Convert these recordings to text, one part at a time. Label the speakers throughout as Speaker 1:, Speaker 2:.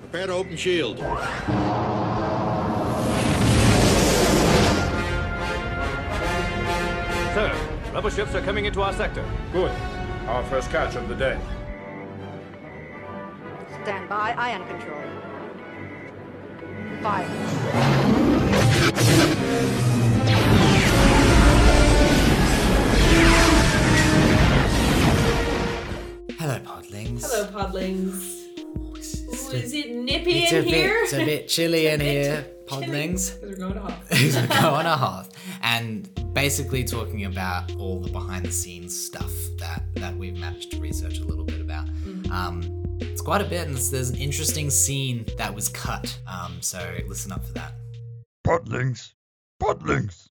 Speaker 1: Prepare to open shield.
Speaker 2: Sir, rebel ships are coming into our sector.
Speaker 3: Good. Our first catch of the day.
Speaker 4: Stand by, ion control. Fire.
Speaker 5: Hello, podlings.
Speaker 6: Hello, podlings.
Speaker 5: It's
Speaker 6: Ooh,
Speaker 5: a-
Speaker 6: is it nippy
Speaker 5: it's a
Speaker 6: in
Speaker 5: bit,
Speaker 6: here?
Speaker 5: It's a bit chilly in here, podlings.
Speaker 6: Because we're going to hospital.
Speaker 5: Who's gonna go on a hearth and basically talking about all the behind the scenes stuff that that we've managed to research a little bit about. Um, it's quite a bit, and there's, there's an interesting scene that was cut. Um, so listen up for that.
Speaker 7: Podlings. Podlings.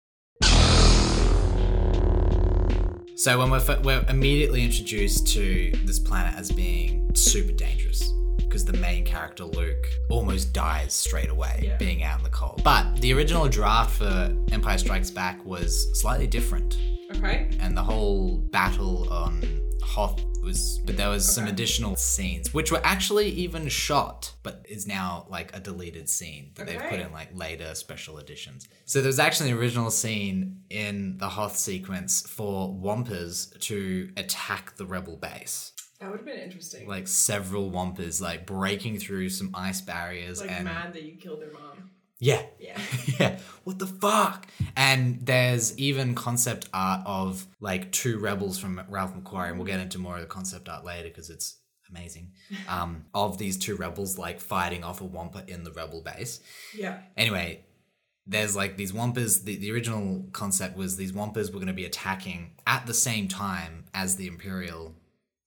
Speaker 5: So when we're, f- we're immediately introduced to this planet as being super dangerous because the main character Luke almost dies straight away
Speaker 6: Yeah.
Speaker 5: being out in the cold. But the original draft for Empire Strikes Back was slightly different
Speaker 6: Okay.
Speaker 5: and the whole battle on Hoth was but there was some additional scenes which were actually even shot but is now like a deleted scene that they've put
Speaker 6: Okay.
Speaker 5: in like later special editions so there was actually an original scene in the Hoth sequence for Wampers to attack the rebel base
Speaker 6: That would have been interesting. Like,
Speaker 5: like several Wampers like breaking through some ice barriers and
Speaker 6: mad that you killed their mom.
Speaker 5: yeah
Speaker 6: Yeah.
Speaker 5: yeah, what the fuck? And there's even concept art of like two rebels from Ralph Macquarie, and we'll get into more of the concept art later because it's amazing. Um, of these two rebels like fighting off a Wampa in the rebel base.
Speaker 6: Yeah.
Speaker 5: Anyway, there's like these Wampas. The, the original concept was these Wampas were going to be attacking at the same time as the Imperial,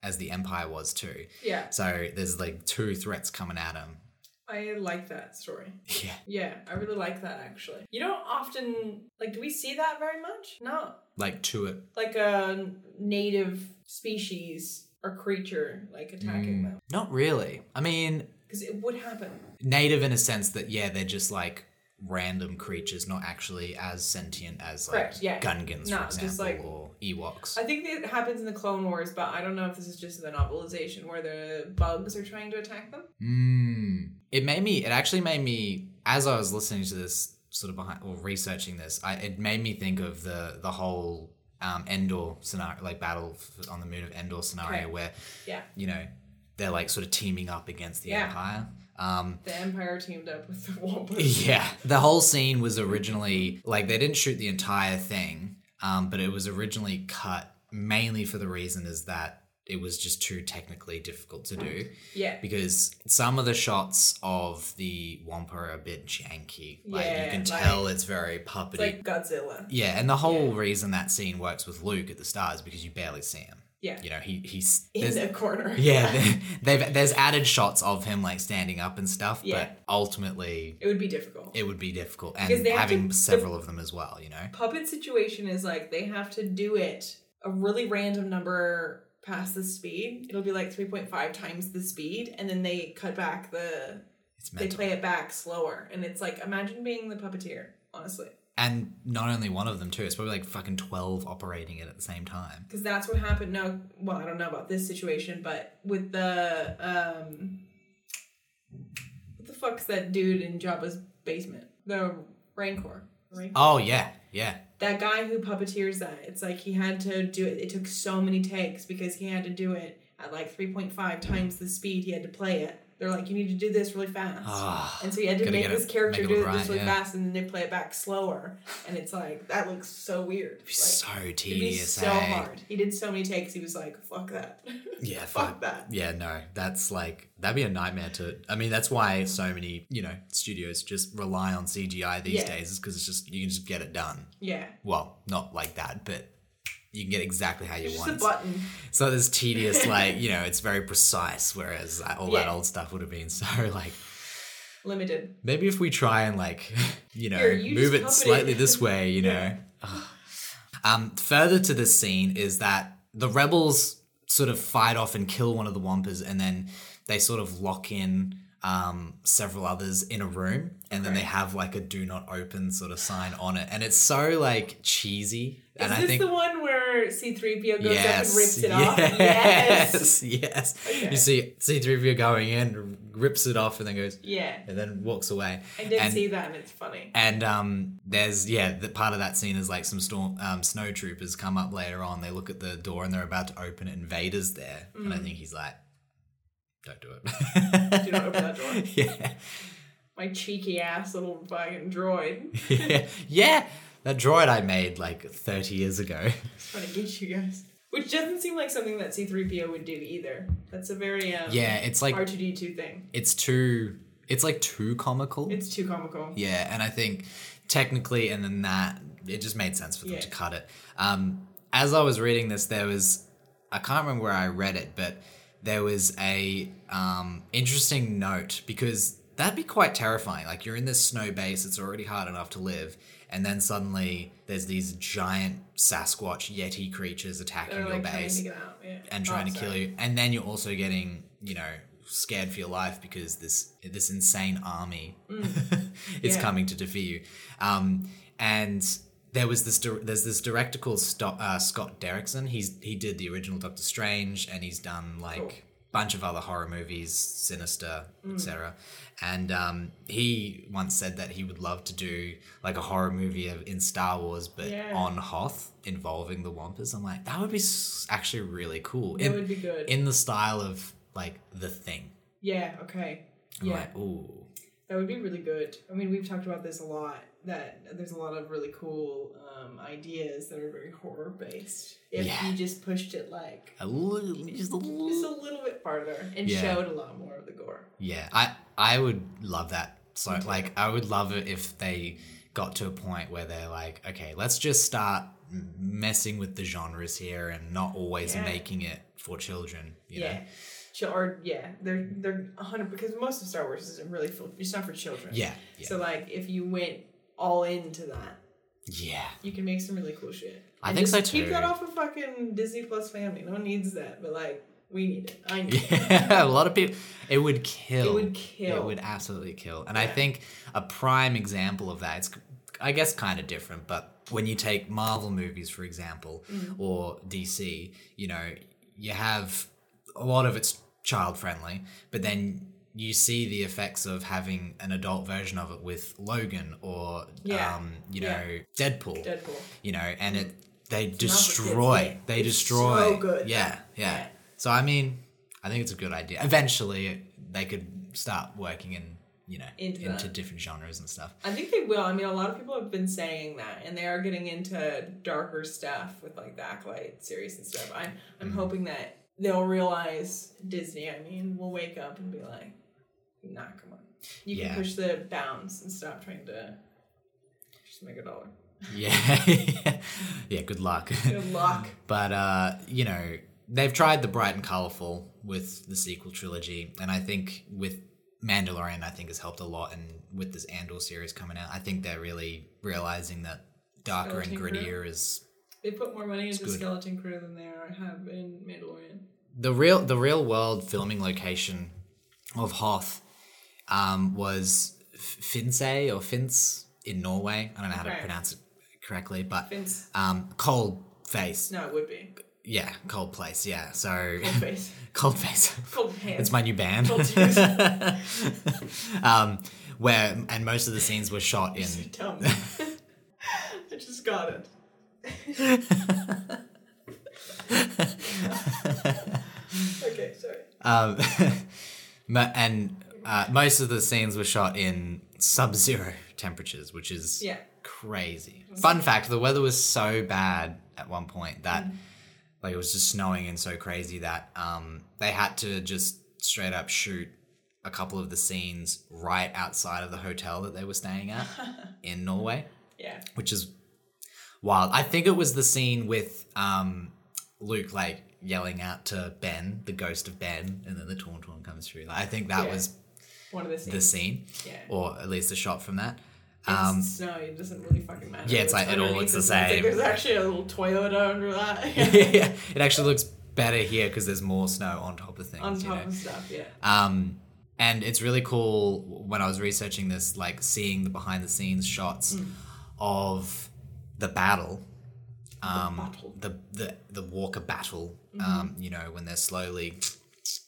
Speaker 5: as the Empire was too.
Speaker 6: Yeah.
Speaker 5: So there's like two threats coming at them.
Speaker 6: I like that story.
Speaker 5: Yeah.
Speaker 6: Yeah, I really like that actually. You don't often like do we see that very much? No.
Speaker 5: Like two at
Speaker 6: Like a native species or creature like attacking them.
Speaker 5: Not really. I mean,
Speaker 6: Because it would happen.
Speaker 5: native in a sense that yeah, they're just like random creatures, not actually as sentient as like
Speaker 6: Correct, yeah.
Speaker 5: Gungans,
Speaker 6: No,
Speaker 5: for
Speaker 6: just
Speaker 5: example,
Speaker 6: like-
Speaker 5: or Ewoks.
Speaker 6: I think it happens in the Clone Wars, but I don't know if this is just in the novelization where the bugs are trying to attack them.
Speaker 5: Mm. It made me. It actually made me. As I was listening to this, sort of behind or researching this, I, it made me think of the the whole um, Endor scenario, like battle f- on the moon of Endor scenario,
Speaker 6: Okay.
Speaker 5: where
Speaker 6: Yeah.
Speaker 5: you know they're like sort of teaming up against the
Speaker 6: Yeah.
Speaker 5: Empire. Um,
Speaker 6: The Empire teamed up with the Wampas.
Speaker 5: Yeah, the whole scene was originally like they didn't shoot the entire thing, um, but it was originally cut mainly for the reason is that it was just too technically difficult to do
Speaker 6: Yeah.
Speaker 5: because some of the shots of the Wampa are a bit janky. Like you
Speaker 6: Yeah,
Speaker 5: can
Speaker 6: like-
Speaker 5: tell it's very puppety.
Speaker 6: It's like Godzilla.
Speaker 5: yeah, and the whole reason that scene works with Luke at the start is because you barely see him.
Speaker 6: Yeah.
Speaker 5: You know, he he's
Speaker 6: In
Speaker 5: there's-
Speaker 6: the corner.
Speaker 5: yeah, they- they've, there's added shots of him like standing up and stuff,
Speaker 6: Yeah.
Speaker 5: but ultimately
Speaker 6: It would be difficult.
Speaker 5: it would be difficult
Speaker 6: Because
Speaker 5: and
Speaker 6: they have
Speaker 5: having
Speaker 6: to-
Speaker 5: several of them as well you know
Speaker 6: puppet situation is like they have to do it a really random number past the speed. It'll be like 3.5 times the speed, and then they cut back the.
Speaker 5: it's
Speaker 6: They
Speaker 5: mental
Speaker 6: play it back slower, and it's like imagine being the puppeteer, honestly,
Speaker 5: and not only one of them too it's probably like fucking 12 operating it at the same time
Speaker 6: because that's what happened. No, well, I don't know about this situation, but with the um, what the fuck's that dude in Jabba's basement? The Rancor. Rancor.
Speaker 5: oh yeah yeah
Speaker 6: that guy who puppeteers that it's like he had to do it it took so many takes because he had to do it at like 3.5 times the speed he had to play it they're like you need to do this really fast
Speaker 5: Ah,
Speaker 6: and so he had to
Speaker 5: gotta
Speaker 6: make
Speaker 5: get it-
Speaker 6: this character
Speaker 5: make it
Speaker 6: do
Speaker 5: look
Speaker 6: this
Speaker 5: right,
Speaker 6: really
Speaker 5: yeah.
Speaker 6: fast and then they play it back slower and it's like that looks so weird like,
Speaker 5: so
Speaker 6: it'd be
Speaker 5: tedious
Speaker 6: so
Speaker 5: eh?
Speaker 6: hard he did so many takes he was like fuck that
Speaker 5: yeah
Speaker 6: fuck that
Speaker 5: yeah no that's like that'd be a nightmare to i mean that's why so many you know studios just rely on cgi these
Speaker 6: Yeah.
Speaker 5: days is because it's just you can just get it done
Speaker 6: yeah
Speaker 5: well not like that but you can get exactly how you
Speaker 6: just
Speaker 5: want
Speaker 6: a button
Speaker 5: So this tedious, like you know, it's very precise. Whereas like, all that
Speaker 6: Yeah.
Speaker 5: old stuff would have been so like
Speaker 6: limited
Speaker 5: maybe if we try and like you know
Speaker 6: Here, you
Speaker 5: move
Speaker 6: just
Speaker 5: it
Speaker 6: pop it
Speaker 5: slightly
Speaker 6: in.
Speaker 5: this way, you know. Ugh. um, further to this scene is that the rebels sort of fight off and kill one of the Wampas, and then they sort of lock in um several others in a room and then they have like a do not open sort of sign on it and it's so like cheesy
Speaker 6: is
Speaker 5: and
Speaker 6: this the one where where C3PO goes up and rips
Speaker 5: Yes.
Speaker 6: it off? Yes.
Speaker 5: Yes. Yes. You see C3PO going in, rips it off, and then goes,
Speaker 6: Yeah.
Speaker 5: and then walks away.
Speaker 6: I did
Speaker 5: and,
Speaker 6: see that and it's funny.
Speaker 5: And um, there's yeah, the part of that scene is like some storm um, snow troopers come up later on. They look at the door and they're about to open it. and Vader's there, and I think he's like, "Don't do it.
Speaker 6: Mm. Do not open that door.
Speaker 5: yeah,
Speaker 6: My cheeky ass little fucking droid.
Speaker 5: yeah, yeah." That droid I made like 30 years ago.
Speaker 6: trying to get you guys. Which doesn't seem like something that C3PO would do either. That's a very um,
Speaker 5: Yeah, it's like
Speaker 6: R2D2 thing.
Speaker 5: it's too, it's like too comical.
Speaker 6: It's too comical.
Speaker 5: Yeah, and I think technically, and then that it just made sense for them
Speaker 6: Yeah.
Speaker 5: to cut it. Um, as I was reading this, there was I can't remember where I read it, but there was a um, interesting note because that'd be quite terrifying. Like you're in this snow base; it's already hard enough to live, and then suddenly there's these giant Sasquatch Yeti creatures attacking
Speaker 6: They're
Speaker 5: your
Speaker 6: Oh, like trying
Speaker 5: base
Speaker 6: to get out. Yeah. Oh,
Speaker 5: and trying to kill you, and then you're also getting you know scared for your life because this this insane army is
Speaker 6: Yeah.
Speaker 5: coming to defeat you. Um, and there was this dir- there's this director called Sto- uh, Scott Derrickson. He's he did the original Doctor Strange, and he's done like.
Speaker 6: Cool. Mm.
Speaker 5: Bunch of other horror movies, Sinister, etc., and um, he once said that he would love to do like a horror movie of, in Star Wars, but
Speaker 6: Yeah.
Speaker 5: on Hoth involving the Wampus. I'm like, that would be s- actually really cool.
Speaker 6: That
Speaker 5: in,
Speaker 6: would be good.
Speaker 5: in the style of like the thing.
Speaker 6: Yeah, okay.
Speaker 5: I'm
Speaker 6: Yeah.
Speaker 5: like, ooh,
Speaker 6: That would be really good. I mean, we've talked about this a lot. That there's a lot of really cool um, ideas that are very horror based. If
Speaker 5: Yeah.
Speaker 6: you just pushed it like
Speaker 5: a little, just a
Speaker 6: just
Speaker 5: little.
Speaker 6: a little bit farther and
Speaker 5: Yeah.
Speaker 6: showed a lot more of the gore.
Speaker 5: Yeah, I I would love that. So like, I would love it if they got to a point where they're like, okay, let's just start m- messing with the genres here and not always
Speaker 6: Yeah.
Speaker 5: making it for children. You
Speaker 6: yeah.
Speaker 5: Know?
Speaker 6: Chil- or yeah, they're they're a hundred because most of Star Wars isn't really for, it's not for children.
Speaker 5: Yeah. Yeah.
Speaker 6: So like if you went all into that,
Speaker 5: yeah.
Speaker 6: you can make some really cool shit.
Speaker 5: I
Speaker 6: And
Speaker 5: think
Speaker 6: just
Speaker 5: so
Speaker 6: Keep
Speaker 5: too.
Speaker 6: that off of fucking Disney Plus family. No one needs that, but like we need it. I need it.
Speaker 5: Yeah, a lot of people. It would kill.
Speaker 6: It would kill.
Speaker 5: It would absolutely kill. And I think a prime example of that, it's, I guess, kind of different, but when you take Marvel movies, for example,
Speaker 6: Mm-hmm.
Speaker 5: or DC, you know, you have a lot of it's child friendly, but then you see the effects of having an adult version of it with Logan or,
Speaker 6: Yeah.
Speaker 5: um, you know,
Speaker 6: Yeah.
Speaker 5: Deadpool.
Speaker 6: Deadpool.
Speaker 5: You know, and it they
Speaker 6: kids,
Speaker 5: destroy.
Speaker 6: yeah.
Speaker 5: They
Speaker 6: It's
Speaker 5: destroy.
Speaker 6: so good.
Speaker 5: Yeah. Yeah.
Speaker 6: Yeah.
Speaker 5: So I mean, I think it's a good idea. Eventually, they could start working in you know
Speaker 6: Into
Speaker 5: into,
Speaker 6: that.
Speaker 5: different genres and stuff.
Speaker 6: I think they will. I mean, a lot of people have been saying that, and they are getting into darker stuff with like the Acolyte series and stuff. I'm, I'm
Speaker 5: Mm-hmm.
Speaker 6: hoping that they'll realize Disney, I mean, will wake up and be like, nah, come on. You
Speaker 5: Yeah.
Speaker 6: can push the bounds and stop trying to just make a dollar.
Speaker 5: Yeah. yeah. Good luck.
Speaker 6: Good luck.
Speaker 5: but uh, you know, they've tried the bright and colorful with the sequel trilogy, and I think with Mandalorian, I think has helped a lot, and with this Andor series coming out, I think they're really realizing that darker and
Speaker 6: Skeleton Crew.
Speaker 5: grittier is
Speaker 6: They put more money into
Speaker 5: good.
Speaker 6: Skeleton Crew than they are- have in Mandalorian.
Speaker 5: the real the real world filming location of Hoth um, was F- Finse or Finns in Norway. I don't know how
Speaker 6: Okay.
Speaker 5: to pronounce it correctly, but
Speaker 6: Vince,
Speaker 5: um, cold face.
Speaker 6: no, it would be.
Speaker 5: Yeah, cold place. Yeah, so
Speaker 6: Cold face.
Speaker 5: cold face.
Speaker 6: Cold hands.
Speaker 5: It's my new band.
Speaker 6: Cold tears.
Speaker 5: um, where and most of the scenes were shot in
Speaker 6: Dumb. I just got it. okay, sorry.
Speaker 5: Um, mo- and uh, most of the scenes were shot in sub-zero temperatures, which is
Speaker 6: Yeah.
Speaker 5: crazy. Fun fact: the weather was so bad at one point that like it was just snowing and so crazy that um, they had to just straight up shoot a couple of the scenes right outside of the hotel that they were staying at in Norway
Speaker 6: Yeah.
Speaker 5: which is wild. I think it was the scene with um, Luke like yelling out to Ben, the ghost of Ben, and then the Tauntaun comes through. Like, I think that
Speaker 6: Yeah.
Speaker 5: was
Speaker 6: One of the scenes.
Speaker 5: the scene,
Speaker 6: Yeah.
Speaker 5: or at least a shot from that.
Speaker 6: Um,
Speaker 5: Um,
Speaker 6: snow, it doesn't really fucking matter.
Speaker 5: Yeah, it's like, it all looks
Speaker 6: underneath
Speaker 5: the
Speaker 6: us. It's like
Speaker 5: same.
Speaker 6: there's actually a little Toyota under that.
Speaker 5: yeah, it actually looks better here because there's more snow on top of things.
Speaker 6: On
Speaker 5: you
Speaker 6: top
Speaker 5: know?
Speaker 6: of stuff, yeah.
Speaker 5: Um, and it's really cool when I was researching this, like seeing the behind the scenes shots of the battle. um,
Speaker 6: battle.
Speaker 5: the the the Walker battle. Um, you know when they're slowly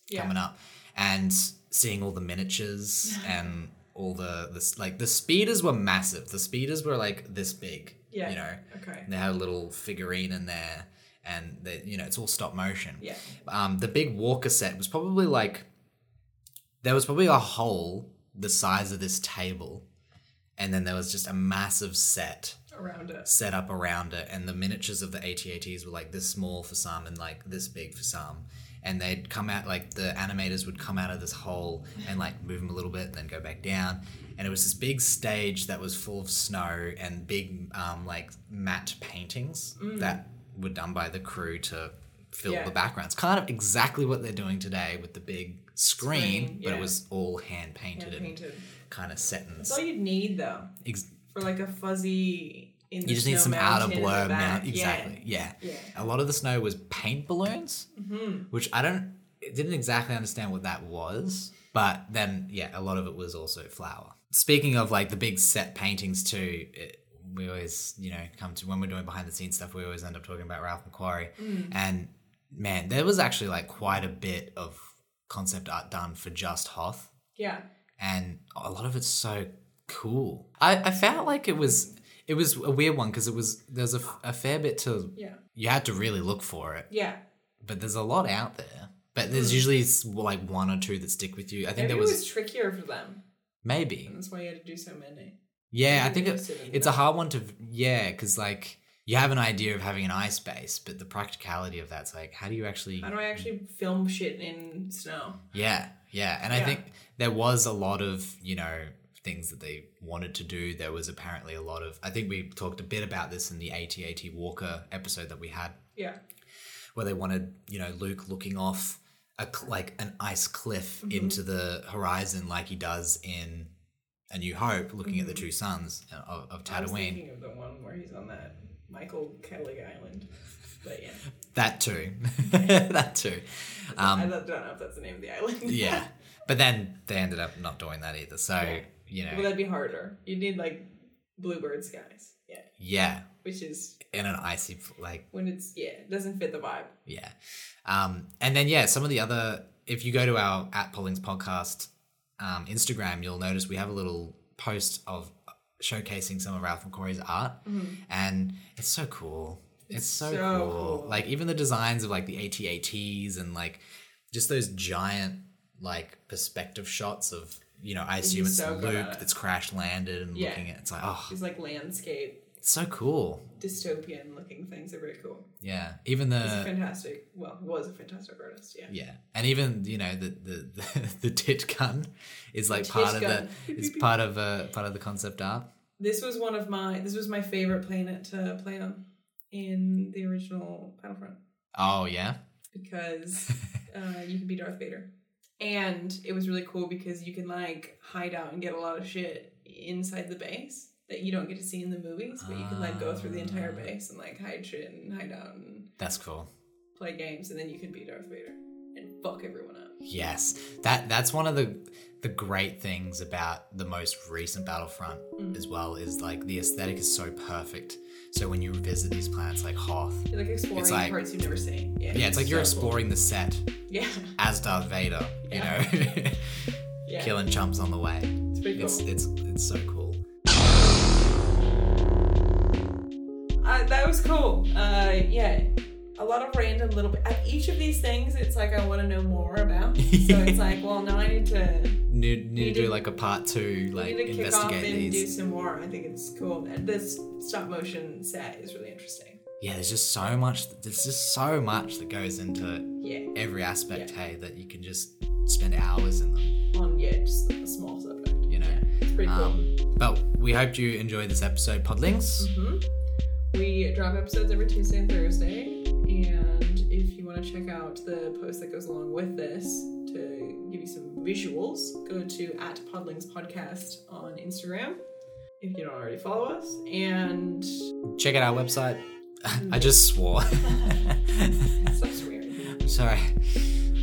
Speaker 6: Yeah.
Speaker 5: coming up and seeing all the miniatures and all the this like the speeders were massive. The speeders were like this big.
Speaker 6: Yeah.
Speaker 5: You know,
Speaker 6: Okay.
Speaker 5: and they had a little figurine in there, and they you know it's all stop motion.
Speaker 6: Yeah.
Speaker 5: Um, the big Walker set was probably like there was probably a hole the size of this table, and then there was just a massive set
Speaker 6: Around it.
Speaker 5: set up around it, and the miniatures of the ATATs were like this small for some and like this big for some. And they'd come out, like the animators would come out of this hole and like move them a little bit and then go back down. And it was this big stage that was full of snow and big, um, like matte paintings that were done by the crew to fill
Speaker 6: Mm. Yeah.
Speaker 5: the backgrounds. Kind of exactly what they're doing today with the big screen,
Speaker 6: Screen,
Speaker 5: but
Speaker 6: yeah.
Speaker 5: it was all hand painted and,
Speaker 6: Hand-painted.
Speaker 5: kind of set in
Speaker 6: That's all you'd need though
Speaker 5: ex-
Speaker 6: for like a fuzzy. In the
Speaker 5: you just need
Speaker 6: snow
Speaker 5: some outer
Speaker 6: mountain in the
Speaker 5: blur
Speaker 6: back.
Speaker 5: mount. Exactly. Yeah.
Speaker 6: Yeah. Mm-hmm.
Speaker 5: A lot of the snow was paint balloons, which I don't I didn't exactly understand what that was. But then, yeah, a lot of it was also flower. Speaking of like the big set paintings too, it, we always you know come to when we're doing behind the scenes stuff, we always end up talking about Ralph Macquarie.
Speaker 6: Mm.
Speaker 5: And man, there was actually like quite a bit of concept art done for just Hoth
Speaker 6: Yeah.
Speaker 5: and a lot of it's so cool. I, I felt like it was it was a weird one because it was there's a, f- a fair bit to
Speaker 6: Yeah.
Speaker 5: you had to really look for it,
Speaker 6: Yeah.
Speaker 5: but there's a lot out there. But there's usually s- like one or two that stick with you. I think
Speaker 6: Hmm. Maybe
Speaker 5: there
Speaker 6: it was
Speaker 5: was
Speaker 6: trickier for them.
Speaker 5: maybe
Speaker 6: And that's why you had to do so many.
Speaker 5: yeah. I
Speaker 6: Maybe
Speaker 5: think
Speaker 6: it
Speaker 5: it,
Speaker 6: was sitting
Speaker 5: it's a
Speaker 6: there.
Speaker 5: hard one to yeah because like you have an idea of having an ice base, but the practicality of that's like how do you actually
Speaker 6: How do I actually film shit in snow?
Speaker 5: Yeah, yeah. And I
Speaker 6: Yeah.
Speaker 5: think there was a lot of, you know, things that they wanted to do. There was apparently a lot of, I think we talked a bit about this in the AT-AT Walker episode that we had,
Speaker 6: Yeah.
Speaker 5: where they wanted, you know, Luke looking off a, cl- like an ice cliff
Speaker 6: Mm-hmm.
Speaker 5: into the horizon like he does in A New Hope, looking at the two suns of, of
Speaker 6: Mm-hmm. I was
Speaker 5: Tatooine.
Speaker 6: thinking of the one where he's on that Michael Kelly Island. But yeah.
Speaker 5: That too. that too. Um,
Speaker 6: I don't don't know if that's the name of the island.
Speaker 5: yeah. But then they ended up not doing that either. So, you know,
Speaker 6: well, that'd be harder. You'd need like bluebird skies. Yeah.
Speaker 5: yeah.
Speaker 6: Which is
Speaker 5: in an icy like
Speaker 6: when it's, yeah, it doesn't fit the vibe.
Speaker 5: yeah um and then yeah some of the other if you go to our at pollings podcast um instagram you'll notice we have a little post of showcasing some of ralph mccory's art and it's so cool it's so,
Speaker 6: Mm-hmm. so
Speaker 5: cool.
Speaker 6: cool.
Speaker 5: like even the designs of like the atats and like just those giant like perspective shots of you know i assume it's
Speaker 6: so
Speaker 5: luke
Speaker 6: good at it.
Speaker 5: that's crash landed and
Speaker 6: Yeah.
Speaker 5: looking at it's like oh
Speaker 6: It's like landscape,
Speaker 5: it's so cool
Speaker 6: dystopian looking things are very cool.
Speaker 5: yeah even
Speaker 6: He's a
Speaker 5: the
Speaker 6: fantastic, well, was a fantastic artist. Uh, Yeah.
Speaker 5: Yeah, and even you know the the the, the tit gun is like
Speaker 6: tit
Speaker 5: part of
Speaker 6: gun.
Speaker 5: the is part of uh, part of the concept art.
Speaker 6: This was one of my, this was my favorite planet to play on in the original Battlefront.
Speaker 5: Oh yeah,
Speaker 6: because uh, you can be Darth Vader. And it was really cool because you can like hide out and get a lot of shit inside the base that you don't get to see in the movies, but you can like go through the entire
Speaker 5: Ah.
Speaker 6: base and like hide shit and hide out and
Speaker 5: that's cool.
Speaker 6: play games, and then you can be Darth Vader and fuck everyone up.
Speaker 5: Yes, that that's one of the the great things about the most recent Battlefront
Speaker 6: Mm.
Speaker 5: as well is like the aesthetic is so perfect. So when you visit these planets like Hoth,
Speaker 6: You're like exploring
Speaker 5: It's like-
Speaker 6: parts you've never seen. Yeah,
Speaker 5: yeah, it's like you're
Speaker 6: so
Speaker 5: exploring the set
Speaker 6: cool. Yeah,
Speaker 5: as Darth Vader, you
Speaker 6: Yeah.
Speaker 5: know,
Speaker 6: yeah.
Speaker 5: killing chumps on the way.
Speaker 6: It's pretty cool.
Speaker 5: It's it's it's so cool.
Speaker 6: uh, that was cool. Uh, yeah, a lot of random little. Bit. At each of these things, it's like I want to know more about. so it's like, well, now I need to
Speaker 5: Need, need to do
Speaker 6: did-
Speaker 5: like a part two,
Speaker 6: We
Speaker 5: like
Speaker 6: need to kick off
Speaker 5: investigate
Speaker 6: and
Speaker 5: these.
Speaker 6: do some more. I think it's cool. And this stop motion set is really interesting.
Speaker 5: yeah, there's just so much. There's just so much that goes into
Speaker 6: Yeah,
Speaker 5: every aspect. Hey, that you can just spend hours in them.
Speaker 6: on yeah, just a small subject.
Speaker 5: You know.
Speaker 6: yeah, it's pretty cool.
Speaker 5: Um, but we hope you enjoyed this episode, Podlings.
Speaker 6: Mm-hmm. we drop episodes every Tuesday and Thursday, and if you want to check out the post that goes along with this to give you some visuals, go to at Podlings Podcast on Instagram. If you don't already follow us, and
Speaker 5: Check out our website. I just swore.
Speaker 6: that's weird.
Speaker 5: Sorry.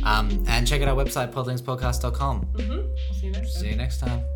Speaker 5: Um, and check out our website, podlingspodcast.com.
Speaker 6: We'll see you next time.
Speaker 5: See you next time.